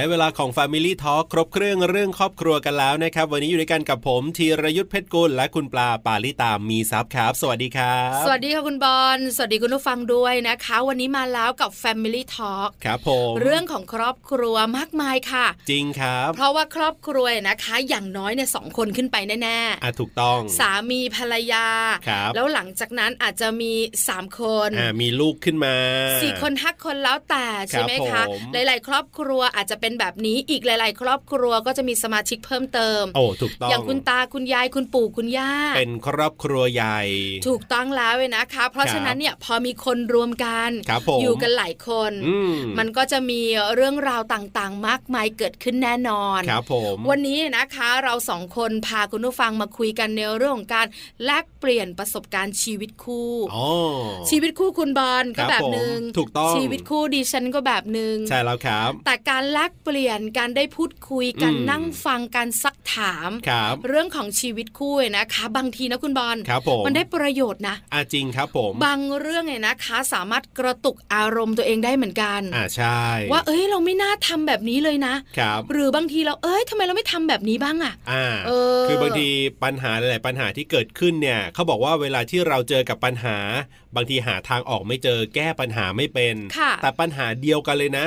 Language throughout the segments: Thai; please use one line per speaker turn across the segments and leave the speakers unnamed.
ได้เวลาของ Family Talk ครบเครื่องเรื่องครอบครัวกันแล้วนะครับ วันนี้อยู่ด้วยกันกับผมธีรยุทธเพชรกุลและคุณปลาปาลิตามีซับครับ สวัสดีครับ
สวัสดีค่ะคุณบอล สวัสดีคุณผู้ฟังด้วยนะคะ วันนี้มาแล้วกับ Family Talk
ครับผม
เรื่องของครอบครัวมากมายค่ะ
จริงครับ
เพราะว่าครอบครัวเนี่ยนะคะ อย่างน้อยเนี่ยสองคนขึ้นไปแน่
อ่ะถูกต้อง
ๆ สามีภรรยา
ครับ
แล้วหลังจากนั้นอาจจะมี 3 คน
อ่ะมีลูกขึ้นมา
สี่คนห้าคนแล้วแต่ใช่ไหม
ครับ
คะ
ผม
หลายๆ ครอบครัวอาจจะเป็นแบบนี้อีกหลาย ๆ ครอบครัวก็จะมีสมาชิกเพิ่มเติม
โอ้ถูกต้อง
อย่างคุณตาคุณยายคุณปู่คุณย่า
เป็นครอบครัวใหญ่
ถูกต้องแล้วเลยนะคะ เพราะ
ครับ
ฉะนั้นเนี่ยพอมีคนรวมกัน
ครับผม
อยู่กันหลายคน
อืม
มันก็จะมีเรื่องราวต่างๆ มากมายเกิดขึ้นแน่นอน
ครับผม
วันนี้นะคะเราสองคนพาคุณผู้ฟังมาคุยกันในเรื่องของการแลกเปลี่ยนประสบการณ์ชีวิตคู่
อ๋อ
ชีวิตคู่คุณบอล
ค
ก็
รับ
แบบหนึ่ง
ผมถูกต้อง
ชีวิตคู่ดิฉันก็แบบหนึ่ง
ใช่แล้วครับ
แต่การแลกเปลี่ยนการได้พูดคุยกัน
อืม
นั่งฟังการซักถาม
ครับ
เรื่องของชีวิตคู่เนี่ยนะคะ บางทีนะคุณบอล
ครับผม
มันได้ประโยชน์นะ
อ่ะจริงครับผม
บางเรื่องเนี่ยนะคะ สามารถกระตุกอารมณ์ตัวเองได้เหมือนกัน
อ่ะใช่
ว่าเอ้ยเราไม่น่าทำแบบนี้เลยนะ
ครับ
หรือบางทีเราเอ้ยทำไมเราไม่ทำแบบนี้บ้างอะ
อ่า
เออ
คือบางทีปัญหาหลาย ๆ ปัญหาที่เกิดขึ้นเนี่ยเขาบอกว่าเวลาที่เราเจอกับปัญหา บางทีหาทางออกไม่เจอแก้ปัญหาไม่เป็น
ค่ะ
แต่ปัญหาเดียวกันเลยนะ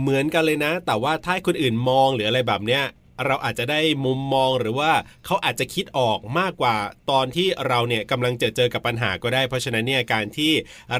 เหมือนกันเลยนะ แต่ว่าถ้าคนอื่นมองหรืออะไรแบบเนี้ยเราอาจจะได้มุมมองหรือว่าเขาอาจจะคิดออกมากกว่าตอนที่เราเนี่ยกำลังเจอเจอกับปัญหาก็ได้ เพราะฉะนั้นเนี่ยการที่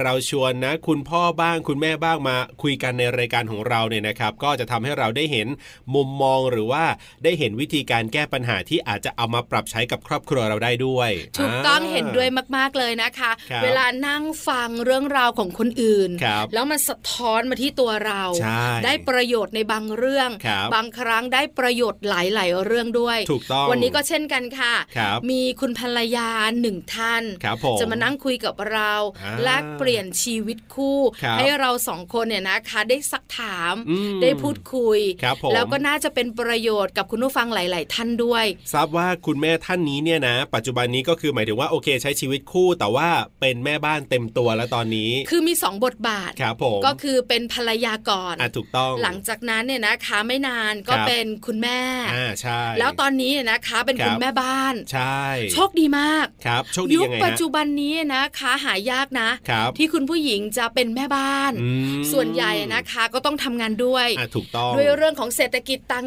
เราชวนนะ คุณพ่อบ้างคุณแม่บ้างมาคุยกันในรายการของเราเนี่ยนะครับ ก็จะทำให้เราได้เห็นมุมมองหรือว่าได้เห็นวิธีการแก้ปัญหาที่อาจจะเอามาปรับใช้กับครอบครัวเราได้ด้วย
ถูกต้อง
า
เห็นด้วยมากๆเลยนะคะ
ครับ
เวลานั่งฟังเรื่องราวของคนอื่น
ครับ
แล้วมันสะท้อนมาที่ตัวเรา
ใช่
ได้ประโยชน์ในบางเรื่อง
ครับ
งครั้งได้ประโยชน์หลายๆเรื่องด้วย
ถูกต้อง
วันนี้ก็เช่นกันค่ะ
ครับ
มีคุณภรรยาหนึ่งท่าน
ครับผม
จะมานั่งคุยกับเรา
อ่า
แลกเปลี่ยนชีวิตคู่
ครับ
ให้เราสองคนเนี่ยนะคะได้ซักถาม
อืม
ได้พูดคุย
ครับผม
แล้วก็น่าจะเป็นประโยชน์กับคุณผู้ฟังหลาย ๆ ท่านด้วย
ทราบว่าคุณแม่ท่านนี้เนี่ยนะ ปัจจุบันนี้ก็คือหมายถึงว่าโอเค ใช้ชีวิตคู่แต่ว่าเป็นแม่บ้านเต็มตัวแล้วตอนนี้
คือมีสองบทบาท
ครับผม
ก็คือเป็นภรรยาก่อน
อ่ะถูกต้อง
หลังจากนั้นเนี่ยนะคะไม่นานก็
ครับ
เป็นคุณแม่
อ่าใช่
แล้วตอนนี้เนี่ยนะคะเป็น
ครับ
คุณแม่บ้าน
ใช่
โชคดีมาก
ครับโชคดี
ยุค
ยังไง
ปัจ
ฮะ
จุบันนี้นะคะหายากนะ
ครับ
ที่คุณผู้หญิงจะเป็นแม่บ้าน
อืม
ส่วนใหญ่นะคะก็ต้องทำงานด้วย
อ่ะถูกต้อง
ด้วยเรื่องของเศรษฐกิจต่าง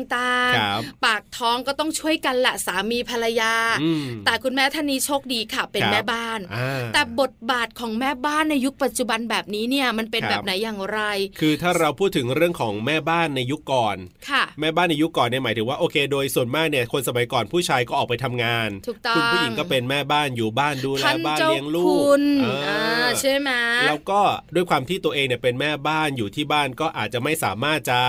ครับ
ๆ ปากท้องก็ต้องช่วยกันละสามีภรรยา
อืม
แต่คุณแม่ท่านนี้โชคดีค่ะ เป็น
ครับ
แม่บ้าน
อ่า
แต่บทบาทของแม่บ้านในยุคปัจจุบันแบบนี้เนี่ยมันเป็น
ครับ
แบบไหนอย่างไร
คือถ้าเราพูดถึงเรื่องของแม่บ้านในยุคก่อน
ค่ะ
แม่บ้านในยุคก่อนเนี่ยหมายถึงว่าโอเค โดยส่วนมากเนี่ยคนสมัยก่อนผู้ชายก็ออกไปทำงาน
ถูกต้อง
คุณผู้หญิงก็เป็นแม่บ้านอยู่บ้านดูแล
ท่าน
บ้าน
เจ้า
เลี้ยงลูก
คุณ
อ่า
อ่าใช่ไหม
แล้วก็ด้วยความที่ตัวเองเนี่ยเป็นแม่บ้านอยู่ที่บ้านก็อาจจะไม่สามารถจะ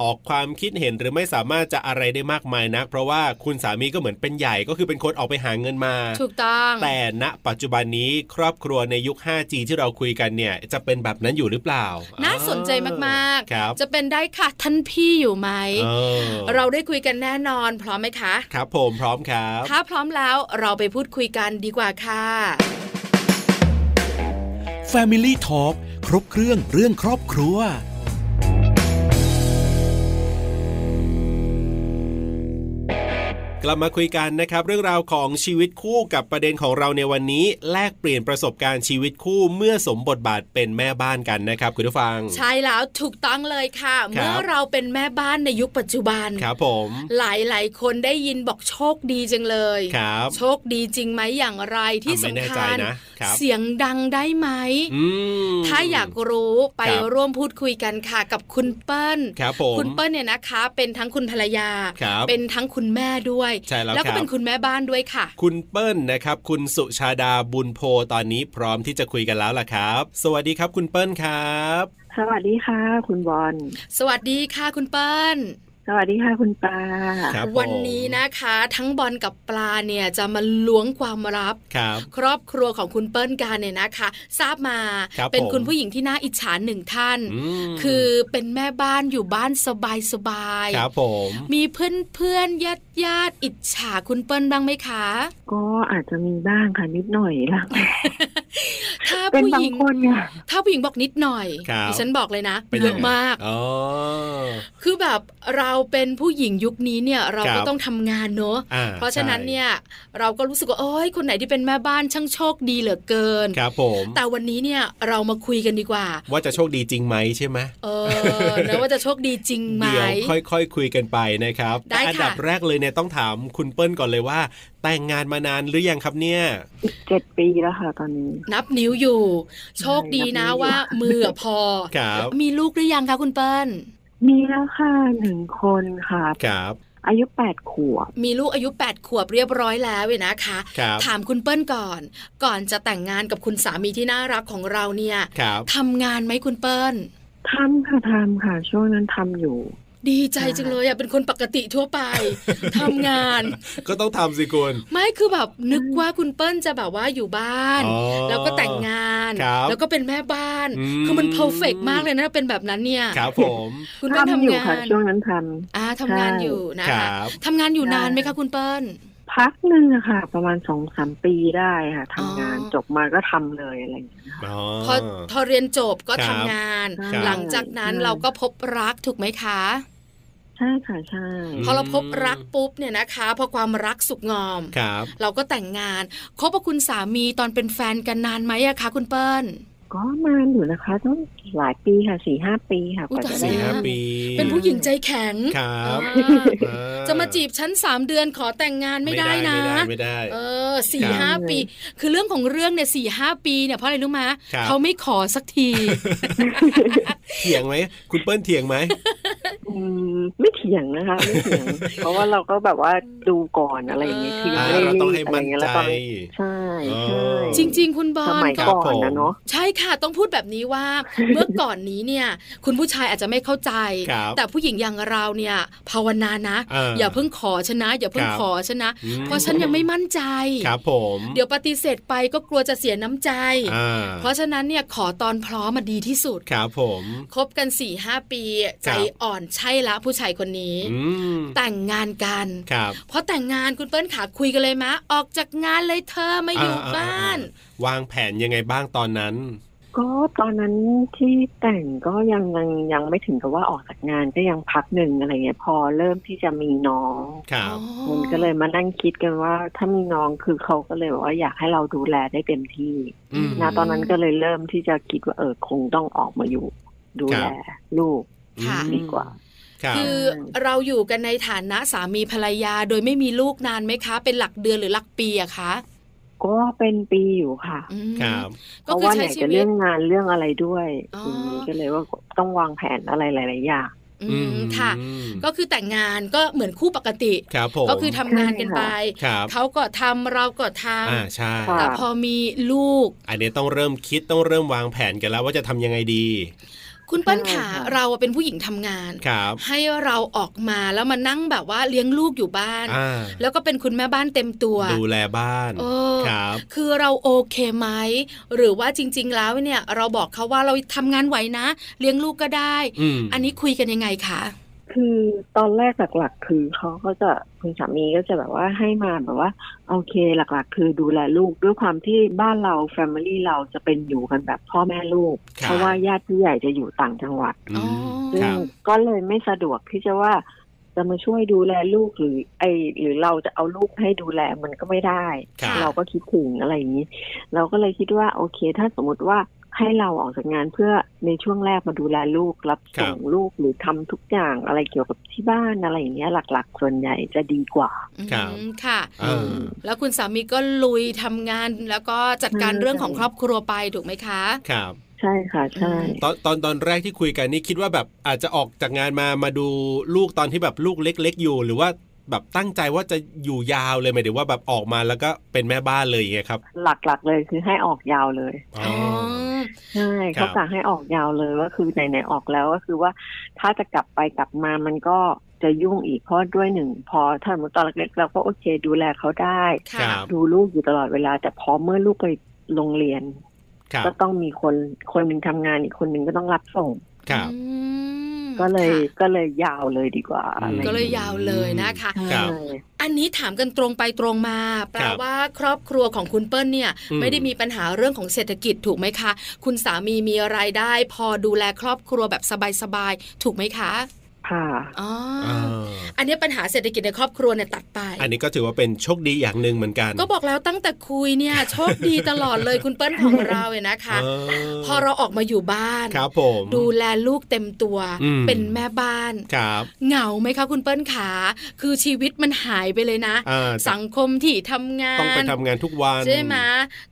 ออกความคิดเห็นหรือไม่สามารถจะอะไรได้มากมายนัก เพราะว่าคุณสามีก็เหมือนเป็นใหญ่ก็คือเป็นคนออกไปหาเงินมา
ถูกต้อง
แต่ณปัจจุบันนี้ครอบครัวในยุค 5G ที่เราคุยกันเนี่ยจะเป็นแบบนั้นอยู่หรือเปล่า
น่าสนใจมาก
ๆครับ
ๆ จะเป็นได้ค่ะท่านพี่อยู่ไหม
เออ
เราได้คุยกันแน่นอนพร้อมไหมคะ
ครับผมพร้อมครับ
ถ้าพร้อมแล้วเราไปพูดคุยกันดีกว่าค่ะ
Family Talk ครบเครื่องเรื่องครอบครัว
กลับมาคุยกันนะครับ เรื่องราวของชีวิตคู่กับประเด็นของเราในวันนี้ แลกเปลี่ยนประสบการณ์ชีวิตคู่เมื่อสมบทบาทเป็นแม่บ้านกันนะครับคุณผู้ฟัง
ใช่แล้วถูกต้องเลยค่ะ เมื่อเราเป็นแม่บ้านในยุคปัจจุบัน
ครับผม
หลายๆ คนได้ยินบอกโชคดีจังเลย
ครับ
โชคดีจริงไหมอย่างไรที่
อ่ะไม่แน่
สำ
ใจ
คัญ
นะครับ
เสียงดังได้ไหม
อืม
ถ้าอยากรู้ไป
ครับ
ร่วมพูดคุยกันค่ะ กับคุณเปิ้ล
ครับผม
คุณเปิ้ลเนี่ยนะคะ เป็นทั้งคุณภรรยา
ครับ
เป็นทั้งคุณแม่ด้วย
ใช่แล้ว
แล้ว
ครั
ก็
บ
เป็นคุณแม่บ้านด้วยค่ะ
คุณเปิ้ลนะครับ คุณสุชาดาบุญโพตอนนี้พร้อมที่จะคุยกันแล้วล่ะครับ สวัสดีครับคุณเปิ้ลครับ
สวัสดีค่ะ คุณบอล
สวัสดีค่ะคุณเปิ้ล
สวัสดีค่ะคุณปลา
ครับ
วันนี้นะคะ ทั้งบอลกับปลาเนี่ยจะมาล้วงความลับ
ครับ
ครอบครัวของคุณเปิ้ลกันเนี่ยนะคะ ทราบมา
ครับ
เป็น
ผม
คุณผู้หญิงที่น่าอิจฉาหนึ่งท่าน
ม
คือเป็นแม่บ้านอยู่บ้านสบายสบายๆ
ครับผม
มีเพื่อนเพื่อนญาติญาติๆอิจฉาคุณเปิ้ลบ้างไหมคะ
ก็อาจจะมีบ้างค่ะนิดหน่อยละ
ถ้า
เป็น
ผู้
บา
ห
ง
ญิง
คนเนี่ย
ถ้าผู้หญิงบอกนิดหน่อย
ครับ
ดิฉันบอกเลยนะ
เป็น
เย
ยัง
อะ
ไง
มาก
อ๋อ
คือแบบเราเป็นผู้หญิงยุคนี้เนี่ยเรา
ครั
ก็
บ
ต้องทำงานเนอะ
อ่
เพราะฉะนั้น
ใช่
เนี่ยเราก็รู้สึกว่าโอ้ยคนไหนที่เป็นแม่บ้านช่างโชคดีเหลือเกิน
ครับผม
แต่วันนี้เนี่ยเรามาคุยกันดีกว่า
ว่าจะโชคดีจริงไหมใช่ไหม
เอ อนะว่าจะโชคดีจริงไหม
เดี๋ยวค่อยๆคุยกันไปนะครับ
ได้
แต่อั
ค่ะ
ดับแรกเลยเนี่ยต้องถามคุณเปิ้ลก่อนเลยว่า แต่งงานมานานหรือยังครับเนี่ย
อีกเจ็ดปีแล้วค่ะ ตอนนี้
นับนิ้วอยู่ โชคดีนะ
นับนิ้วอยู่
ว่ามือพอ
ครับ
มีลูกหรือยังคะคุณเปิ้ล
มีแล้วค่ะหนึ่งคนค่ะ
ครับ
อายุแปดขวบ
มีลูกอายุ 8 ขวบเรียบร้อยแล้วเว้ยนะคะ
ครับ
ถามคุณเปิ้ลก่อน ก่อนจะแต่งงานกับคุณสามีที่น่ารักของเราเนี่ย
ครับ
ทำงานไหมคุณเปิ้ล
ทำค่ะทำค่ะ ช่วงนั้นทำอยู่
ดีใจจังเลยอ่ะเป็นคนปกติทั่ว ไปทำงาน
ก็ต้องทำสิคุณ
ไม่คือแบบนึกว่าคุณเปิ้ลจะแบบว่าอยู่บ้าน
อ๋อ
แล้วก็แต่งงาน
ครับ
แล้วก็เป็นแม่บ้าน
อืม
คือมันเพอร์เฟกมากเลยนะเป็นแบบนั้นเนี่ย
ครับผม
คุณเปิ้ล
ทำอ
ทำ
ยู่
งา
ค่ะ
น
ช่วงนั้นท
อ่าทำงาน
ใช่
อยู่นะ
ค
คะ
รับ
ทำงานอยู่
ใช่
นานไหมคะคุณเปิ้ล
ำพักหนึ่งอะค่ะ ประมาณสองสามปีได้ค่ะทำงาน
อ๋อ
จบมาก็ทำเลยอะไรอย่างเงี้ย
พอพอเรียนจบก็
ครับ
ทำงาน
ครับ
หลังจากนั้น
ใช่
เราก็พบรักถูกไหมคะ
ใช่ค่ะใช่
พอเราพบรักปุ๊บเนี่ยนะคะพอความรักสุกงอม
ครับ
เราก็แต่งงานคบกับคุณสามีตอนเป็นแฟนกันนานไหมอะคะคุณเปิ้ล
ก็มาอยู่นะคะต้องหลายปีค่ะสี่ห้าปีค่ะ
อุ๊ย
กว่า
ตาย
จะได้
สี่ห้า
อ่า
ปี
เป็นผู้หญิงใจแข็ง
ครับ
อ่า
อ่
จะมาจีบฉันสามเดือนขอแต่งงานไม่ได้นะ
ไม่ได้ไม่ได้
เออสี่
ครับ
ห้าปี คือเรื่องของเรื่องเนี่ยสี่ห้าปีเนี่ยเพราะอะไรรู้มะ
ครับ
เขาไม่ขอสักที
เถียงไหมคุณเปิ้ลเถียงไหม
อืมไม่เถียงนะคะไม่เถียง เพราะว่าเราก็แบบว่าดูก่อนอะไรอย่างเงี้ยคือยั
อ่าง
ไม่ได้
เราต้องให้มั่น
รีบะ
ใจ
ไรเงี้ยแล้วตอนนี้ใช่ใช่
เออ
จริง ๆ คุณบอ
ส
ล
มัย
ก็
ก่อนนะเนาะ
ใช่ค่ะ ต้องพูดแบบนี้ว่า เมื่อก่อนนี้เนี่ย คุณผู้ชายอาจจะไม่เข้าใจ
ครับ
แต่ผู้หญิงอย่างเราเนี่ยภาวนานะ
เอออ
อย่าเพิ่งขอชนะ อย่าเพิ่ง
ครับ
ขอชนะ
อืม
เพราะฉันยังไม่มั่นใจ
ครับผม
เดี๋ยวปฏิเสธไปก็กลัวจะเสียน้ำใจ
อ่า
เพราะฉะนั้นเนี่ยขอตอนพร้อมมาดีที่สุด
ครับผม
คบกัน4ี่หปี ใจอ่อนใช่ละผู้ชายคนนี้
อืม
แต่งงานกัน
ครับ
พอแต่งงานคุณเปิ้ลขาคุยกันเลยมะ ออกจากงานเลยเธอมาอยู่
อ่
บ้าน
อ่อ่าวางแผนยังไงบ้างตอนนั้น
ก็ตอนนั้นที่แต่งก็ยังยังยังไม่ถึงกับว่าออกจากงานก็ยังพักหนึ่งอะไรเงี้ยพอเริ่มที่จะมีน้อง
ครับ
มันก็เลยมานั่งคิดกันว่า ถ้ามีน้องคือเขาก็เลยบอกว่าอยากให้เราดูแลได้เต็มที่
อืม
นะตอนนั้นก็เลยเริ่มที่จะคิดว่าเออคงต้องออกมาอยู่ ดู
ค
แล
รับ
ลูก
ค่ะ
อืม
ดีกว่า
ครับ
คือเราอยู่กันในฐานะสามีภรรยาโดยไม่มีลูกนานไหมคะ เป็นหลักเดือนหรือหลักปีอะคะ
ก็เป็นปีอยู่ค่ะ
อืม
ครับ
เพ
ก็
ราะ
คือ
ว่าไห
ใช้
น
ชี
จะ
วิ
เรื่
ต
องงานเรื่องอะไรด้วย
อ๋อ
ที
อื
นี้ก็เลยว่าต้องวางแผนอะไรหลาย ๆ อย่าง
อื
อื
ม
ม
ค่ะ ก็คือแต่งงานก็เหมือนคู่ปกติ
ครับผม
ก็คือทำงานกันไป
ครับ
เขาก็ทำเราก็ท
อ่าใช่
ำ
ค่ะ
แต่พอมีลูก
อันนี้ต้องเริ่มคิดต้องเริ่มวางแผนกันแล้วว่าจะทำยังไงดี
คุณเปิ้ลขา
ใช่ค่ะ
เราเป็นผู้หญิงทำงาน
ครับ
ให้เราออกมาแล้วมานั่งแบบว่าเลี้ยงลูกอยู่บ้าน
อ่า
แล้วก็เป็นคุณแม่บ้านเต็มตัว
ดูแลบ้าน
เออ
ครับ
คือเราโอเคไหมหรือว่าจริง ๆ แล้วเนี่ย เราบอกเขาว่าเราทำงานไหวนะ เลี้ยงลูกก็ได้
อืม
อันนี้คุยกันยังไงคะ
คือตอนแรกหลัก ๆ คือเขาก็จะคุณสามีก็จะแบบว่าให้มาแบบว่า โอเคหลัก ๆ คือดูแลลูกด้วยความที่บ้านเราแฟมิลี่เราจะเป็นอยู่กันแบบพ่อแม่ลูก
ครับ
เพราะว่าญาติผู้ใหญ่จะอยู่ต่างจังหวัด
อื
อ๋อ
ม
ซึ่
ค
ง
รับ
ก็เลยไม่สะดวกที่จะว่า จะมาช่วยดูแลลูกหรือ ไอหรือเราจะเอาลูกให้ดูแลมันก็ไม่ได้
ครับ
เราก็คิดถึงอะไรอย่างนี้ เราก็เลยคิดว่าโอเค ถ้าสมมติว่าให้เราออกจากงานเพื่อในช่วงแรกมาดูแลลูกรับส่งลูกหรือทำทุกอย่างอะไรเกี่ยวกับที่บ้านอะไรอย่างเงี้ยหลัก ๆ ส่วนใหญ่จะดีกว่า
ครับ
อืมค่ะ
เออ
แล้วคุณสามีก็ลุยทำงานแล้วก็จัดการ
ใช่
เรื่องของครอบครัวไปถูกไหมคะ
ครับ
ใช่ค่ะ ใช่
ตอนตอนตอนแรกที่คุยกันนี่คิดว่าแบบอาจจะออกจากงานมามาดูลูกตอนที่แบบลูกเล็ก ๆ อยู่ หรือว่าแบบตั้งใจว่าจะอยู่ยาวเลยหมายถึงว่าแบบออกมาแล้วก็เป็นแม่บ้านเลยอย่างเงี้ยครับ
หลักๆเลยคือให้ออกยาวเลย
อ๋อ
อ๋อ
ใช่
ครับ
เขาสั่งให้ออกยาวเลยว่าคือไหนๆออกแล้วก็คือว่า ถ้าจะกลับไปกลับมามันก็จะยุ่งอีกเพราะด้วยหนึ่ง พอถ้าสมมติตอนเล็กๆเราก็โอเคดูแลเขาได้
ค
ค่ะ
รับ
ดูลูกอยู่ตลอดเวลา แต่พอเมื่อลูกไปโรงเรียน
ครับ
ก็ต้องมีคนคนหนึ่งทำงานอีกคนหนึ่งก็ต้องรับส่ง
ครับ
อืม
ก็เลย
ค่ะ
ก็เลยยาวเลยดีกว่า
อืม
อะไร
ก็เลยยาวเลยนะคะ
ครับ
ใช่
อันนี้ถามกันตรงไปตรงมาแปลว่าครอบครัวของคุณเปิ้ลเนี่ย
อืม
ไม่ได้มีปัญหาเรื่องของเศรษฐกิจถูกไหมคะ คุณสามีมีรายได้ พอดูแลครอบครัวแบบสบายๆถูกไหมคะ
ค่ะ
อ๋ออ
อ่า
อันนี้ปัญหาเศรษฐกิจในครอบครัวเนี่ยตัดไป
อันนี้ก็ถือว่าเป็นโชคดีอย่างหนึ่งเหมือนกัน
ก็บอกแล้วตั้งแต่คุยเนี่ย โชคดีตลอดเลยคุณเปิ้ลของเราเนี่ยนะคะ
เอ
พอเราออกมาอยู่บ้าน
ครับผม
ดูแลลูกเต็มตัว
อืม
เป็นแม่บ้าน
ครับ
เหงาไหมคะคุณเปิ้ลขาคือชีวิตมันหายไปเลยนะ
อ่า
สังคมที่ทำงาน
ต้องไปทำงานทุกวัน
ใช่ไหม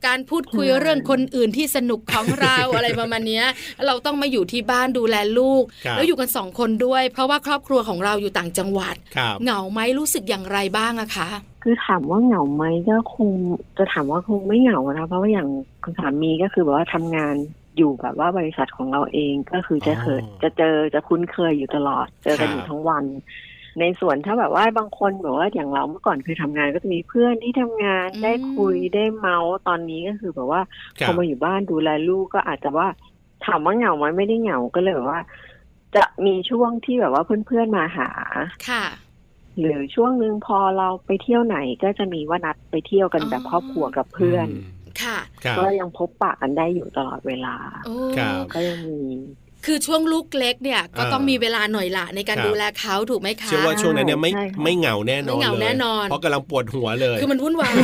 การพูดคุย
ใช่
เรื่องคนอื่นที่สนุกของเรา อะไรประมาณเนี้ยเราต้องมาอยู่ที่บ้านดูแลลูก
ครับ
แล้วอยู่กันสองคนด้วย เพราะว่าครอบครัวของเราอยู่ต่างจังหวัด
ครับ
เหงาไหมรู้สึกอย่างไรบ้างอะคะ
คือถามว่าเหงาไหมก็คงจะถามว่าคงไม่เหงานะ เพราะว่าอย่างคุณสามีก็คือแบบว่าทำงานอยู่แบบว่าบริษัทของเราเองก็คือจะเคย
อ๋อ
จะเจอจะคุ้นเคยอยู่ตลอด เจอกัน
ค่ะ
อยู่ทั้งวัน ในส่วนถ้าแบบว่าบางคนแบบว่าอย่างเราเมื่อก่อนเคยทำงานก็จะมีเพื่อนที่ทำงาน
อืม
ได้คุยได้เมาส์ตอนนี้ก็คือแบบว่า
ค
พ
รั
อบ มาอยู่บ้านดูแลลูกก็อาจจะว่าถามว่าเหงาไหมไม่ได้เหงาก็เลยแบบว่า จะมีช่วงที่แบบว่าเพื่อนๆมาหา
ค่ะ
หรือช่วงหนึ่งพอเราไปเที่ยวไหนก็จะมีว่านัดไปเที่ยวกัน
อ๋อ
แบบครอบครัวกับเพื่อน
ม
ค่ะ
ครับ
ก็ยังพบปะกันได้อยู่ตลอดเวลา
โอ้
ครับ
ก็ยังมี
คือช่วงลูกเล็กเนี่ยก็
อ่า
ต้องมีเวลาหน่อยละในการ
ครับ
ดูแลเขาถูกไหมคะ
เชื่อว่าช่วงนั้นเนี่ยไม่
ใช่ค่ะ
ไม่เหงาแน่นอน
ไม่เหงา
เลย
แน่นอน
เพราะกำลังปวดหัวเลย
คือมันวุ่น วาย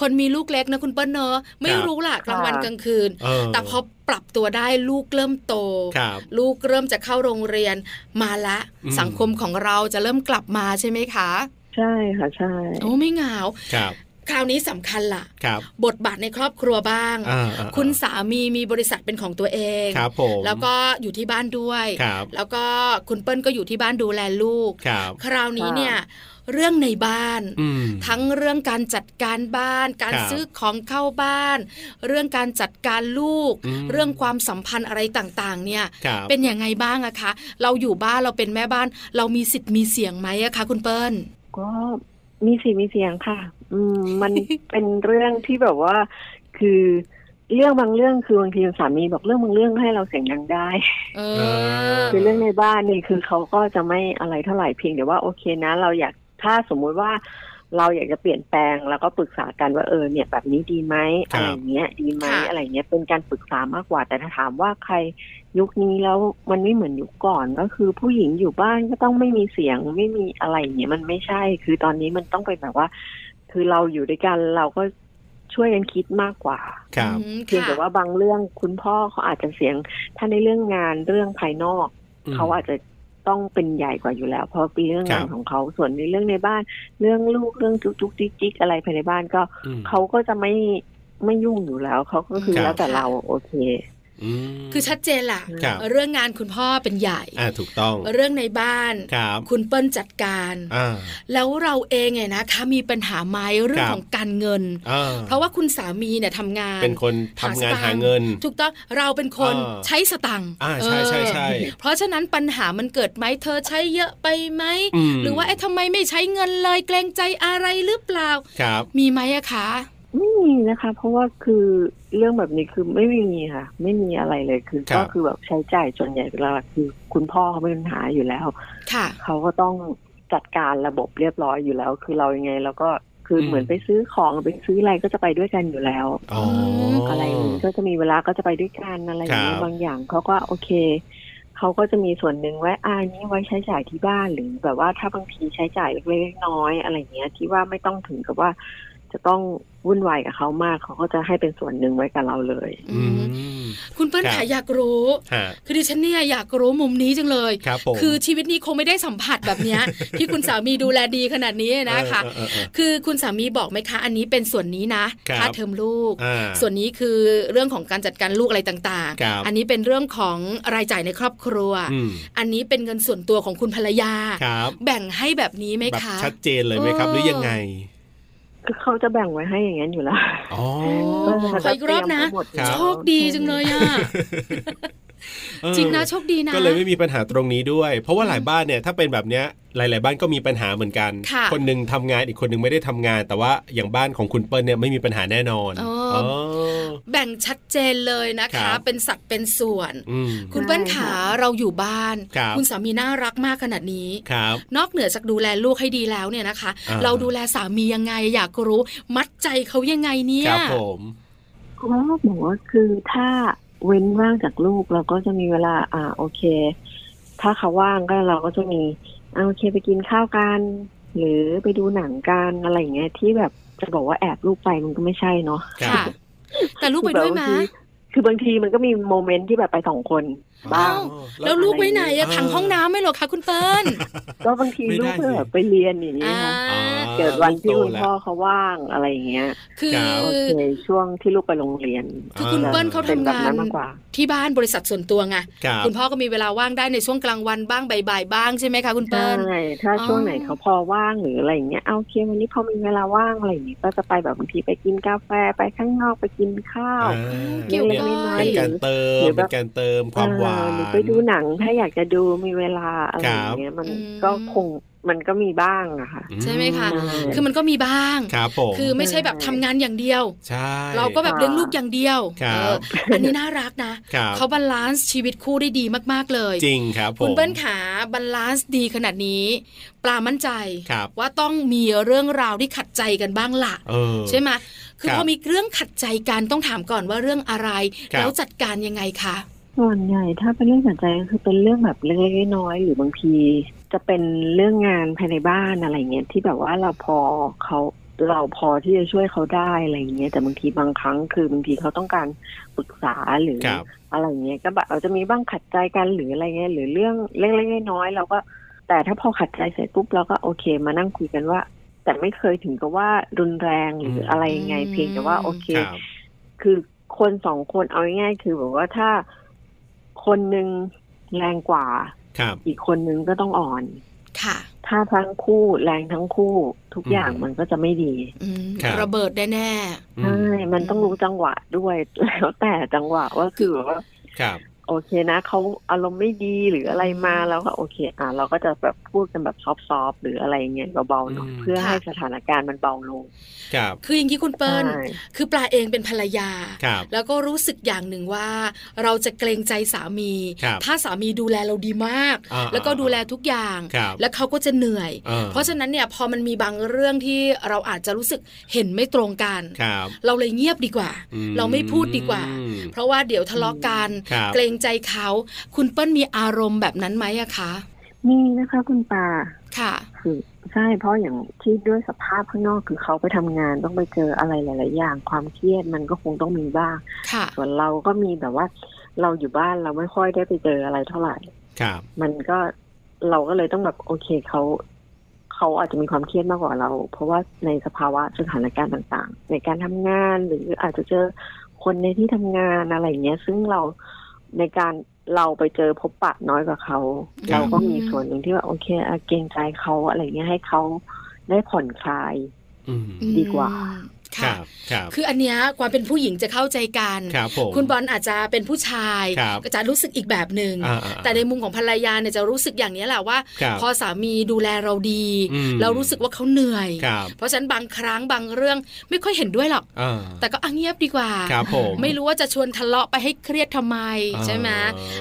คนมีลูกเล็กนะคุณเปิ้ลเนอะไม่
ครับ
รู้ล่ะกลางวัน
ค่ะ
กลางคืน
เออ
แต่พอปรับตัวได้ลูกเริ่มโต
ครับ
ลูกเริ่มจะเข้าโรงเรียนมาละ
อืม
สังคมของเราจะเริ่มกลับมาใช่ไหมคะ
ใช่ค่ะใช่
โอ้ไม่เหงา
ครับ
คราวนี้สำคัญล่ะ
ครับ
บทบาทในครอบครัวบ้าง
อ่าอ่า
คุณสามีมีบริษัทเป็นของตัวเอง
ครับผม
แล้วก็อยู่ที่บ้านด้วย
ครับ
แล้วก็คุณเปิ้ลก็อยู่ที่บ้านดูแลลูก
ครับ
คราวนี้เนี่ยเรื่องในบ้าน
อืม
ทั้งเรื่องการจัดการบ้าน การ
ครับ
ซื้อของเข้าบ้าน เรื่องการจัดการลูก
อืม
เรื่องความสัมพันธ์อะไรต่างๆ เนี่ย
ครับ
เป็นยังไงบ้างอะคะ เราอยู่บ้านเราเป็นแม่บ้าน เรามีสิทธิ์มีเสียงไหมอะคะ คุณเปิ้ล
ก็มีสีมีเสียงค่ะ อืม มัน เป็นเรื่องที่แบบว่า คือเรื่องบางเรื่องคือบางทีสามีบอกเรื่องบางเรื่องให้เราเสียงดังได้
เอ
เอ
อ
อ
คือเรื่องในบ้านนี่คือเขาก็จะไม่อะไรเท่าไหร่เพียงแต่ว่าโอเคนะ เราอยากถ้าสมมุติว่า เราอยากจะเปลี่ยนแปลงแล้วก็ปรึกษากันว่าเออเนี่ยแบบนี้ดีไหม
ครั
อะ
บ
ไรเงี้ย ดีไหม
ค่ะ
อะไรเงี้ยเป็นการปรึกษามากกว่า แต่ถ้าถามว่าใครยุคนี้แล้วมันไม่เหมือนยุคก่อนก็คือ ผู้หญิงอยู่บ้านก็ต้องไม่มีเสียงไม่มีอะไรเงี้ยมันไม่ใช่ คือตอนนี้มันต้องเป็นแบบว่า คือเราอยู่ด้วยกันเราก็ช่วยกันคิดมากกว่า
ครับ
อืม
เพียง
ค่ะ
แต่ว่าบางเรื่องคุณพ่อเขาอาจจะเสียง ถ้าในเรื่องงานเรื่องภายนอก
อืม
เขาอาจจะต้องเป็นใหญ่กว่าอยู่แล้ว เพราะเป็นเรื่องงา
ค
น
รับ
ของเขาส่วนในเรื่องในบ้าน เรื่องลูกเรื่องจุกจุกจิกจิกอะไรภายในบ้านก็
อืม
เขาก็จะไม่ไม่ยุ่งอยู่แล้วเขาก็คือ
ครับ
แล้วแต่เราโอเค
อืม
คือชัดเจนล่ะ
ครับ
เรื่องงานคุณพ่อเป็นใหญ่
อ่าถูกต้อง
เรื่องในบ้าน
ครับ
คุณเปิ้ลจัดการ
อ่า
แล้วเราเองเนี่ยนะคะมีปัญหาไหมเรื่อง
ครับ
ของการเงิน
อ่า
เพราะว่าคุณสามีเนี่ยทำงาน
เป็นคนทำงาน
สต
หาง
ค์
เงิน
ถูกต้องเราเป็นคน
อ่า
ใช้สตังค์
อ่าใช่ใช่ใช่
เออเพราะฉะนั้นปัญหามันเกิดไหมเธอใช้เยอะไปไหม
ม
หรือว่าไอ้ทำไมไม่ใช้เงินเลยเกรงใจอะไรหรือเปล่า
ครับ
มีไหมอะคะ
ไม่มีนะคะ เพราะว่าคือเรื่องแบบนี้คือไม่มีค่ะ ไม่มีอะไรเลยคือ
ครับ
ก็คือแบบใช้จ่ายส่วนใหญ่เวลาคือคุณพ่อเขาเป็นปัญหาอยู่แล้ว
ค่ะ
เขาก็ต้องจัดการระบบเรียบร้อยอยู่แล้ว คือเรายังไงเราก็คืออ
ม
เหมือนไปซื้อของไปซื้ออะไรก็จะไปด้วยกันอยู่แล้ว
อ๋อ
อะไรอย่างนี้ก็จะมีเวลาก็จะไปด้วยกันอะไรอย่าง
ค
นี้
รับ
บางอย่างเขาก็โอเคเขาก็จะมีส่วนหนึ่งไว้อ่านี้ไว้ใช้จ่ายที่บ้านหรือแบบว่าถ้าบางทีใช้จ่ายเล็กๆน้อยๆอะไรอย่างเงี้ย ที่ว่าไม่ต้องถึงกับว่า จะต้องวุ่นวายกับเขามากเขาก็จะให้เป็นส่วนหนึ่งไว้กับเราเลย
อืม
คุณเปิ้ล
ครับ
ค่ะอยากรู้
ฮะ
คือดิฉันเนี่ยอยากรู้มุมนี้จังเลย
ครับผม
คือชีวิตนี้คงไม่ได้สัมผัสแบบ เนี้ย ที่คุณสามีดูแลดีขนาดนี้นะคะ
เออเออเออ
คือคุณสามีบอกไหมคะ อันนี้เป็นส่วนนี้นะครับ ค่าเทอมลูก
อ่า
ส่วนนี้คือเรื่องของการจัดการลูกอะไรต่าง
ครับ
อันนี้เป็นเรื่องของรายจ่ายในครอบครัว
อืม
อันนี้เป็นเงินส่วนตัวของคุณภรรยา
ครับ
แบ่งให้แบบนี้ไหม
แบบ
คะ
ชัดเจนเลยไหมครับ
เออ
หรือยังไง
คือเขาจะแบ่งไว้ให้อย่างนั้นอยู่แล้ว
อ๋อ
โอ้ขออีกรอบนะ
เขาจเตยมไว้หมดอยู่
ครับ
แล้ว
โชคดีจังเลยอ่ะ
เออ
จริงนะโชคดีนะ
ก็เลยไม่มีปัญหาตรงนี้ด้วย เพราะว่าหลายบ้านเนี่ยถ้าเป็นแบบเนี้ยหลาย ๆ บ้านก็มีปัญหาเหมือนกัน
ค่ะ
คนหนึ่งทำงานอีกคนหนึ่งไม่ได้ทำงาน แต่ว่าอย่างบ้านของคุณเปิ้ลเนี่ยไม่มีปัญหาแน่นอน
อ๋อ
อ
แบ่งชัดเจนเลยนะ
ครั
คะ
บ
เป็นสัดเป็นส่วน
อืม
คุณเปิ้ลขาเราอยู่บ้าน
ครับ
ณสามีน่ารักมากขนาดนี้
ครับ
นอกเหนือจากดูแลลูกให้ดีแล้วเนี่ยนะคะ
อ่า
เราดูแลสามียังไงอยากรู้ มัดใจเขายังไงเนี่
ค
ย
รับผม
ก็บอกว่าคือถ้าเว้นว่างจากลูกเราก็จะมีเวลา อ่าโอเค ถ้าเขาว่างก็เราก็จะมีอ่าโอเคไปกินข้าวกัน หรือไปดูหนังกันอะไรอย่างเงี้ยที่แบบจะบอกว่าแอบลูกไปมันก็ไม่ใช่เนาะ
ครับ
แต่ลูกไปด้วยไหม
คือแบบบางทีคือบางทีมันก็มีโมเมนต์ที่แบบไปสองคน บ้าง
อ๋อ
แล้วลูกไว้ไหนอะ
เออ
ขังห้องน้ำไม่เหรอคะคุณเปิ้ล
ก็บางที
ไม่
ลู
ได้
ก
สิ
ก็แบบไปเรียนอย่างเงี้
อ่าย
ค่ะ
อ่า
เกิดวันที่
ลู
คุ
ก
ณ
โตแล้ว
พ่อเขาว่างอะไรอย่างเงี้ย
คือ
ครับ
โอเคช่วงที่ลูกไปโรงเรียน
คือคุณเปิ้ลเขาทำงาน
ป็แบบมากกว่า
ที่บ้านบริษัทส่วนตัวไง
ครับ
คุณพ่อก็มีเวลาว่างได้ในช่วงกลางวันบ้างบ่ายๆบ้างใช่ไหมคะคุณ
ใช่
เปิ้ล
ถ้า
อ๋อ
ช่วงไหนเขาพอว่างหรืออะไรอย่างเงี้ยเอาโอเควันนี้พอมีเวลาว่างอะไรอย่างเงี้ยก็จะไปแบบบางทีไปกินกาแฟไปข้างนอกไปกินข้าว
อ่า
เกี่ยว
เนี่ย
กัน
เป็นการเติม
หรือแบ
เป็
บ
นการเติมความหวาน
เออหรือไปดูหนังถ้าอยากจะดูมีเวลาอะไรอย่างเงี้ยมัน
อืม
ก็คงมันก็มีบ้างอะค่ะ
ใช่ไหมคะ
อืม
คือมันก็มีบ้าง
ครับผม
คือไม่ใช่แบบทำงานอย่างเดียว
ใช่
เราก็แบบเลี้ยงลูกอย่างเดียว
ครับ
เอออันนี้น่ารักนะ
ครับ
เขาบาลานซ์ชีวิตคู่ได้ดีมากๆเลย
จริงครับผม
คุณเปิ้ลขาบาลานซ์ดีขนาดนี้ ปลามั่นใจ
ครับ
ว่าต้องมีเรื่องราวที่ขัดใจกันบ้างล่ะ
เออ
ใช่ไหมคือ
ครับ
พอมีเรื่องขัดใจกันต้องถามก่อนว่าเรื่องอะไร แล้วจัดการยังไงคะ
ส่วนใหญ่ถ้าเป็นเรื่องสนใจก็คือเป็นเรื่องแบบเล็กๆน้อยๆหรือบางที จะเป็นเรื่องงานภายในบ้านอะไรเงี้ยที่แบบว่าเราพอเขาเราพอที่จะช่วยเขาได้อะไรเงี้ยแต่บางทีบางครั้งคือบางทีเขาต้องการปรึกษาหรือ
ครับ
อะไรเงี้ยก็แบบเราจะมีบ้างขัดใจกันหรืออะไรเงี้ยหรือเรื่องเล็กๆน้อยๆเราก็ แต่ถ้าพอขัดใจเสร็จปุ๊บเราก็โอเคมานั่งคุยกันว่า แต่ไม่เคยถึงกับว่ารุนแรงหรืออะไรยังไง
อืม
เพียงแต่ว่าโอเค
ครับ
คือคนสองคนเอาง่ายๆคือแบบว่าถ้าคนหนึ่งแรงกว่า
ครับ
อีกคนหนึ่งก็ต้องอ่อน
ค่ะ
ถ้าทั้งคู่แรงทั้งคู่ทุก
อืม
อย่างมันก็จะไม่ดี
อืม
ครับ
ระเบิดแน่
อื
ใช่
ม
มันต้องรู้จังหวะด้วย แล้วแต่จังหวะว่าคือแบบว่า
ครับ
โอเคนะเขาอารมณ์ไม่ดีหรืออะไรมาแล้วก็โอเค อ่ะเราก็จะแบบพูดกันแบบซอฟๆหรืออะไรอย่างเงี้ยเบาๆหน่อย
อืม
เพื่อให้สถานการณ์มันเบาลง
ครับ
ๆ คืออย่างที่คุณเปิ้ล
ใช่
คือปลาเองเป็นภรรยา
ครับ
แล้วก็รู้สึกอย่างหนึ่งว่า เราจะเกรงใจสามี
ครับ
ถ้าสามีดูแลเราดีมาก
อ่า
แล้วก็ดูแลทุกอย่าง
ครับ
แล้วเขาก็จะเหนื่อย
อ่า
เพราะฉะนั้นเนี่ยพอมันมีบางเรื่องที่เราอาจจะรู้สึกเห็นไม่ตรงกัน
ครับ
เราเลยเงียบดีกว่า
อื
เราไม่พูดดีกว่า เพราะว่าเดี๋ยวทะเลาะกัน
ครับ
เกรงใจเขาคุณเปิ้ลมีอารมณ์แบบนั้นไหมอะคะ
นี่นะคะคุณปา
ค่ะ
คือใช่เพราะอย่างที่ด้วยสภาพข้างนอกคือเขาไปทำงานต้องไปเจออะไรหลาย ๆ อย่างความเครียดมันก็คงต้องมีบ้าง
ค่ะ
ส่วนเราก็มีแบบว่า เราอยู่บ้านเราไม่ค่อยได้ไปเจออะไรเท่าไหร่
ครับ
มันก็เราก็เลยต้องแบบโอเคเขาเขาอาจจะมีความเครียดมากกว่าเรา เพราะว่าในสภาวะสถานการณ์ต่าง ๆ ในการทำงานหรืออาจจะเจอคนในที่ทำงานอะไรอย่างเงี้ย ซึ่งเราในการเราไปเจอพบปะน้อยกว่าเขา
ครับ
เราก็มีส่วนหนึ่งที่ว่าโอเคอ่ะเกรงใจเขาอะไรเงี้ยให้เขาได้ผ่อนคลาย
อืม
ดีกว่า
อืม
ค
ค่ะ
รับครับ
คืออันเนี้ยความเป็นผู้หญิงจะเข้าใจกัน
ครับผม
คุณบอลอาจจะเป็นผู้ชาย
ครับ
ก็จะรู้สึกอีกแบบหนึง่ง
อ่าอ่า
แต่ในมุมของภรรยาเนี่ยจะรู้สึกอย่างเนี้ยแหละว่า
ครับ
พอสามีดูแลเราดี
ม
เรารู้สึกว่าเขาเหนื่อย
ครับ
เพราะฉะนั้นบางครั้งบางเรื่องไม่ค่อยเห็นด้วยหรอก
อ่า
แต่ก็อ่ะเงียบดีกว่า
ครับผม
ไม่รู้ว่าจะชวนทะเลาะไปให้เครียดทำไม
อ่า
ใช่ไหม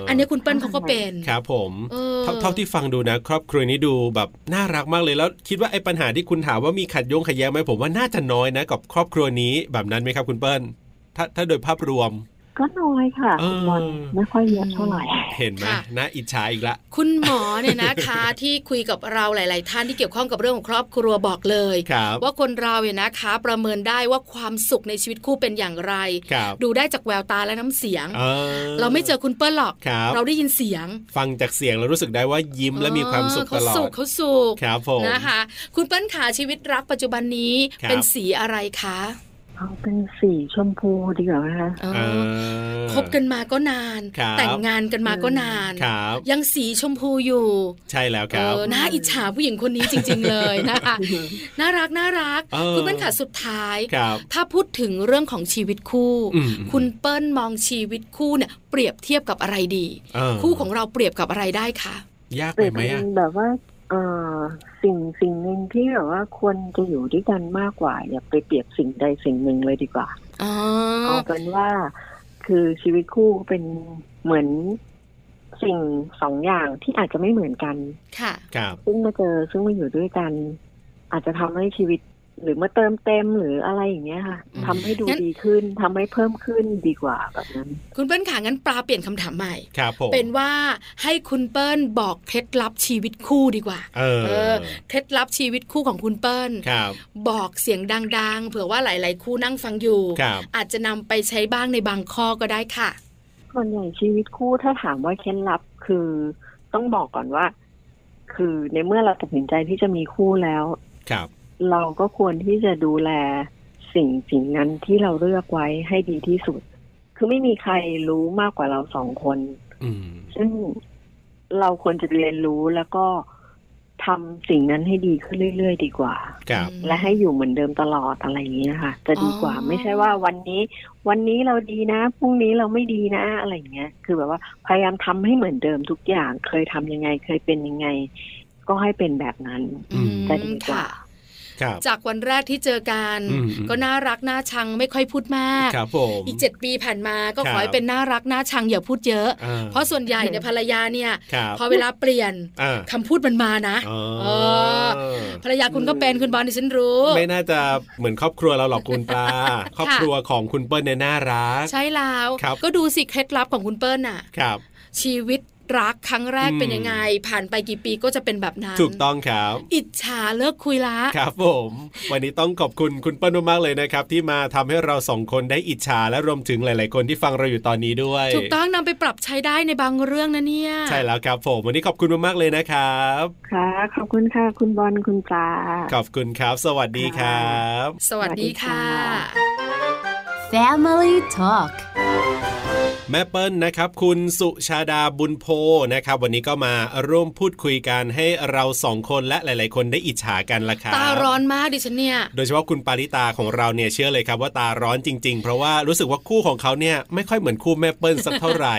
อันเนี้ยคุณเปิ้ลเขาก็เป็น
ครับผม
ออ
เท่าเท่าที่ฟังดูนะ ครอบครัวนี้ดูแบบน่ารักมากเลยแล้ว คิดว่าไอ้ปัญหาที่คุณถามว่ามีขัดโยงขัดแย้งไหมผมว่าน่าจะน้อยนะ กับครอบครัวนี้แบบนั้นไหมครับคุณเปิ้ลถ้าถ้าโดยภาพรวม
ก็น้อยค่ะ
เออ
คุณบอลไม่ค่อยเยอะเท่าไหร่
เห็นไหม
ค่ะ
น่าอิจฉาอีกละ
คุณหมอเนี่ยนะคะ ที่คุยกับเราหลาย ๆ ท่านที่เกี่ยวข้องกับเรื่องของครอบครัวบอกเลย
ครับ
ว่าคนเราเนี่ยนะคะ ประเมินได้ว่าความสุขในชีวิตคู่เป็นอย่างไร
ครับ
ดูได้จากแววตาและน้ำเสียง
เออ
เราไม่เจอคุณเปิ้ลหรอก
ครับ
เราได้ยินเสียง
ฟังจากเสียงแล้วรู้สึกได้ว่ายิ้มและมีความสุขตลอด
เเขาสุขเขาสุข
ครับผม
นะคะ คุณเปิ้ลขาชีวิตรักปัจจุบันนี้เป็นสีอะไรคะ
เอาเป็นสีชมพูดีกว่านะคะ
เออ
เออ
คบกันมาก็นาน
ครับ
แต่งงานกันมาก็นาน
ครับ
ยังสีชมพูอยู่
ใช่แล้วค
เอ
รับ
อน่าอิจฉาผู้หญิงคนนี้จริง ๆ เลยนะคะ น่ารักน่ารัก
เออ
คุณเปิ้ลค่ะสุดท้าย
ครับ
ถ้าพูดถึงเรื่องของชีวิตคู่
อืม
คุณเปิ้ลมองชีวิตคู่เนี่ย เปรียบเทียบกับอะไรดี
เออ
คู่ของเราเปรียบกับอะไรได้คะ
ยาก
เป
ไป
รียบ
ไหม
เป็
อะ
นแบบว่า เอ่อสิ่งสิ่งหนึ่งที่แบบว่าควรจะอยู่ด้วยกันมากกว่า อย่าไปเปรียบสิ่งใดสิ่งหนึ่งเลยดีกว่า
อ๋อ
เอาเป็นว่าคือชีวิตคู่เป็นเหมือนสิ่งสองอย่างที่อาจจะไม่เหมือนกัน
ค่ะ
ครับ
ซึ่งมาเจอซึ่งมาอยู่ด้วยกัน อาจจะทำให้ชีวิตหรือมาเติมเต็มหรืออะไรอย่างเงี้ยค่ะ
อืม
ทำให้ดู
งั้น
ดีขึ้นทำให้เพิ่มขึ้นดีกว่าแบบนั้น
คุณเปิ้ลขางั้นปลาเปลี่ยนคำถามใหม่
ครับผม
เป็นว่าให้คุณเปิ้ลบอกเคล็ดลับชีวิตคู่ดีกว่า
เออ
เออ เคล็ดลับชีวิตคู่ของคุณเปิ้ล
ครับ
บอกเสียงดัง ๆ เผื่อว่าหลาย ๆ คู่นั่งฟังอยู่
ครับ
อาจจะนำไปใช้บ้างในบางข้อก็ได้ค่ะ
ส่วนใหญ่ชีวิตคู่ถ้าถามว่าเคล็ดลับคือต้องบอกก่อนว่า คือในเมื่อเราตัดสินใจที่จะมีคู่แล้ว
ครับ
เราก็ควรที่จะดูแลสิ่งสิ่งนั้นที่เราเลือกไว้ให้ดีที่สุด คือไม่มีใครรู้มากกว่าเราสองคน
อืม
ซึ่งเราควรจะเรียนรู้แล้วก็ทำสิ่งนั้นให้ดีขึ้นเรื่อย ๆ ดีกว่า
ครับ
และให้อยู่เหมือนเดิมตลอดอะไรอย่างนี้นะคะจะดีกว่า
อ๋อ
ไม่ใช่ว่าวันนี้ วันนี้เราดีนะพรุ่งนี้เราไม่ดีนะอะไรอย่างเงี้ย คือแบบว่าพยายามทำให้เหมือนเดิมทุกอย่าง เคยทำยังไง เคยเป็นยังไง ก็ให้เป็นแบบนั้น
อืม
จะดีกว่า
ค
ค่ะ
รับ
จากวันแรกที่เจอกัน
อืม
ก็น่ารักน่าชังไม่ค่อยพูดมาก
ครับผม
อีกเจ็ดปีผ่านมาก็
ครั
ข
บ
อให้เป็นน่ารักน่าชังอย่าพูดเยอะ
อ่
เพราะส่วนใหญ่เนี่ยภรรยาเนี่ย
ครับ
พอเวลาเปลี่ยน
อ่า
คำพูดมันมานะ
อ๋อ
เออ ภรรยาคุณก็เป็นคุณบอลดิฉันรู้
ไม่น่าจะเหมือนครอบครัวเราหรอกคุณปลา ครอบครัวของคุณเปิ้ลเนี่ยน่ารัก
ใช่แล้ว
ครับ
ก็ดูสิเคล็ดลับของคุณเปิ้ลน่ะ
ครับ
ชีวิตรักครั้งแรก
อืม
เป็นยังไง ผ่านไปกี่ปีก็จะเป็นแบบนั้น
ถูกต้องครับ
อิจฉาเลิกคุยละ
ครับผม วันนี้ต้องขอบคุณคุณเปิ้ลมากๆเลยนะครับ ที่มาทำให้เราสองคนได้อิจฉาและรวมถึงหลาย ๆ คนที่ฟังเราอยู่ตอนนี้ด้วย
ถูกต้องนำไปปรับใช้ได้ในบางเรื่องนะเนี่ย
ใช่แล้วครับผมวันนี้ขอบคุณมากๆเลยนะครับ
ค่ะ ขอบคุณค่ะ คุณบอลคุณปลา
ขอบคุณครับ สวัสดีครับ
สวัสดีค่ะ
สวัสดีค่ะ
Family Talk
แม่เปิ้ลนะครับ คุณสุชาดาบุญโพนะครับ วันนี้ก็มาร่วมพูดคุยกันให้เราสองคนและหลาย ๆ คนได้อิจฉากันละครับ
ตาร้อนมากดิฉันเนี่ย
โดยเฉพาะคุณปาริตาของเราเนี่ยเชื่อเลยครับว่าตาร้อนจริง ๆ เพราะว่ารู้สึกว่าคู่ของเขาเนี่ยไม่ค่อยเหมือนคู่แม่เปิ้ลสักเท่าไหร่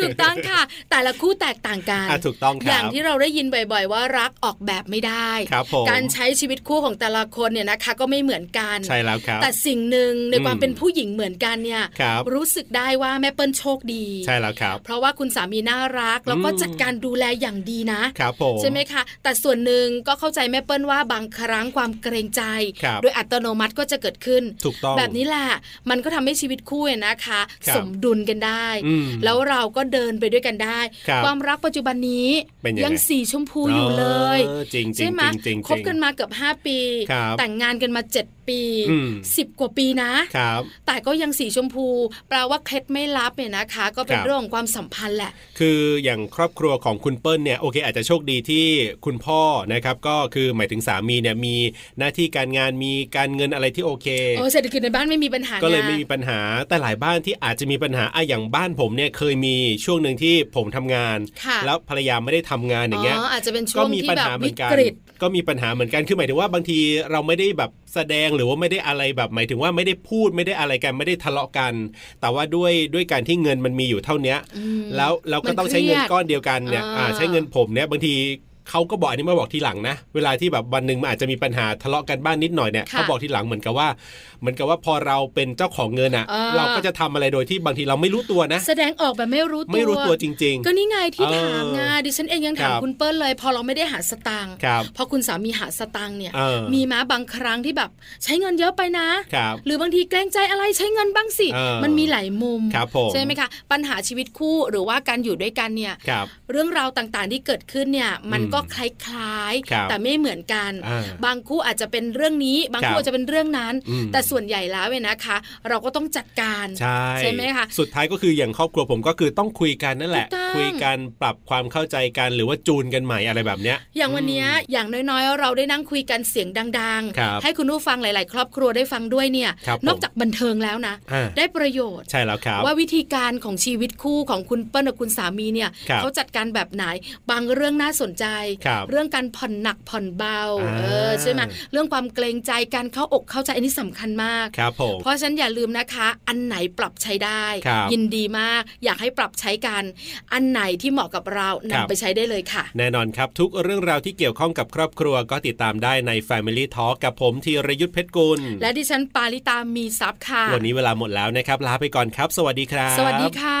ถูกต้องค่ะ แต่ละคู่แตกต่างกัน
อ่ะถูกต้องค
อ
รั
ย่าง
บ
ที่เราได้ยินบ่อยๆ ว่ารักออกแบบไม่ได้
ครับผม
การใช้ชีวิตคู่ของแต่ละคนเนี่ยนะคะ ก็ไม่เหมือนกัน
ใช่แล้วครับ
แต่สิ่งหนึ่งในความ
อืม
เป็นผู้หญิงเหมือนกันเนี่ย
ครับ
รู้สึกได้ว่าแม่เปิ้ลโชคดี
ใช่แล้วครับ
เพราะว่าคุณสามีน่ารัก แล้วก็
อืม
จัดการดูแลอย่างดีนะ
ครับผม
ใช่ไหมคะ แต่ส่วนหนึ่งก็เข้าใจแม่เปิ้ลว่าบางครั้งความเกรงใจ
ครับ
โดยอัตโนมัติก็จะเกิดขึ้น
ถูกต้อง
แบบนี้แหละ มันก็ทำให้ชีวิตคู่เนี่ยนะคะ
ครับ
สมดุลกันได้
อืม
แล้วเราก็เดินไปด้วยกันได้
ครับ
ความรักปัจจุบันนี้
เป็นยังไง
สีชมพูอยู่เลย
ออจริงจริ
ใช่
ง
ไหม
จริงจริง
คบกันมาเกือบ5 ปี
ครับ
แต่งงานกันมา 7 ปี
อืม
สิบกว่าปีนะ
ครับ
แต่ก็ยังสีชมพู แปลว่าเคล็ดไม่ลับเนี่ยนะคะ ก็เป็
คน รับ
เรื่องของความสัมพันธ์แหละ
คืออย่างครอบครัวของคุณเปิ้ลเนี่ยโอเค อาจจะโชคดีที่คุณพ่อนะครับก็คือหมายถึงสามีเนี่ยมีหน้าที่การงานมีการเงินอะไรที่โอเค
โอ้เศรษฐกิจในบ้านไม่มีปัญหา
ก็เลย
นะ
ไม่มีปัญหาแต่หลายบ้านที่อาจจะมีปัญหาอะอย่างบ้านผมเนี่ยเคยมีช่วงหนึ่งที่ผมทำงาน
ค่ะ
แล้วภรรยาไม่ได้ทำงานอย่างเงี้ย
อ๋ออาจจะเป็นช่
ก็
วง
มี
ที่
ปัญ
แบบ
หาเหมื
วิ
อนกัน
กฤต
ก็มีปัญหาเหมือนกัน คือหมายถึงว่าบางทีเราไม่ได้แบบแสดงหรือว่าไม่ได้อะไรแบบ หมายถึงว่าไม่ได้พูดไม่ได้อะไรกันไม่ได้ทะเลาะกัน แต่ว่าด้วยด้วยการที่เงินมันมีอยู่เท่าเนี้ย
อืม
แล้วเราก็
มัน
ต้องใช้เงินก้อนเดียวกันเนี่ย
อ่า
อ่าใช้เงินผมเนี่ยบางทีเขาก็บอกอันนี้มาบอกทีหลังนะ เวลาที่แบบวันหนึ่งมันอาจจะมีปัญหาทะเลาะกันบ้านนิดหน่อยเนี่ย
ค่ะ
เขาบอกทีหลังเหมือนกับว่า เหมือนกับว่าพอเราเป็นเจ้าของเงินอ่ะ
เออ
เราก็จะทำอะไรโดยที่บางทีเราไม่รู้ตัวนะ
แสดงออกแบบไม่รู้ตัว
ไม่รู้ตัวจริง
ก็นี่ไงที่
เออ
ถามไงดิฉันเองยัง
ค
ถาม
รับ
คุณเปิ้ลเลย พอเราไม่ได้หาสตางค์
ๆ ครับ
พอคุณสามีหาสตางค์เนี่ย
เออ
มีมาบางครั้งที่แบบ ใช้เงินเยอะไปนะ
ครับ
หรือบางทีแกล้งใจอะไรใช้เงินบ้างสิ
เออ
มันมีหลายมุม
ครับผม
ใช่ไหมคะ ปัญหาชีวิตคู่หรือว่าการอยู่ด้วยกันเนี่ย
ครับ
เรื่องราวต่างๆที่เกิดขึ้นเนี่ย มัน
อืม
ก็คล้าย
ครับ
ๆ แต่ไม่เหมือนกัน
อ่า
บางคู่อาจจะเป็นเรื่องนี้ บาง
ค
คู่
รับ
อาจจะเป็นเรื่องนั้น
อืม
แต่ส่วนใหญ่แล้วเนี่ยนะคะ เราก็ต้องจัดการ
ใช่
ใช่ไหมคะ
สุดท้ายก็คืออย่างครอบครัวผมก็คือต้องคุยกันนั่นแหละ
ถูกต้อง
คุยกันปรับความเข้าใจกันหรือว่าจูนกันใหม่อะไรแบบเนี้ย
อย่างวันเนี้ยอย่างน้อยๆ เราได้นั่งคุยกันเสียงดัง
ครับ
ให้คุณผู้ฟังหลาย ๆ ครอบครัวได้ฟังด้วยเนี่ย
ครับผม
นอกจากบันเทิงแล้วนะ
อ่า
ได้ประโยชน์
ใช่แล้วครับ
ว่าวิธีการของชีวิตคู่ของคุณเปิ้ลกับคุณสามีเนี่ย
ครับ
เขาจัดการแบบไหนบางเรื่องน่าสนใจ
ครับ
เรื่องการผ่อนหนักผ่อนเบา
อ่า
เออใช่ไหมเรื่องความเกรงใจการเข้าอกเข้าใจอันนี้สำคัญมาก
ครับผม
เพราะฉะนันอย่าลืมนะคะ อันไหนปรับใช้ได้
ครับ
ยินดีมาก อยากให้ปรับใช้กัน อัน นไหนที่เหมาะกับเรา
ครับ
นำไปใช้ได้เลยค่ะ
แน่นอนครับ ทุกเรื่องราวที่เกี่ยวข้องกับครอบครัวก็ติดตามได้ใน Family Talk กับผมธีรยุทธเพชรกุล
และดิฉันปาริตามีซับค่ะ
วันนี้เวลาหมดแล้วนะครับ ลาไปก่อนครับ สวัสดีครับ
สวัสดีค่ะ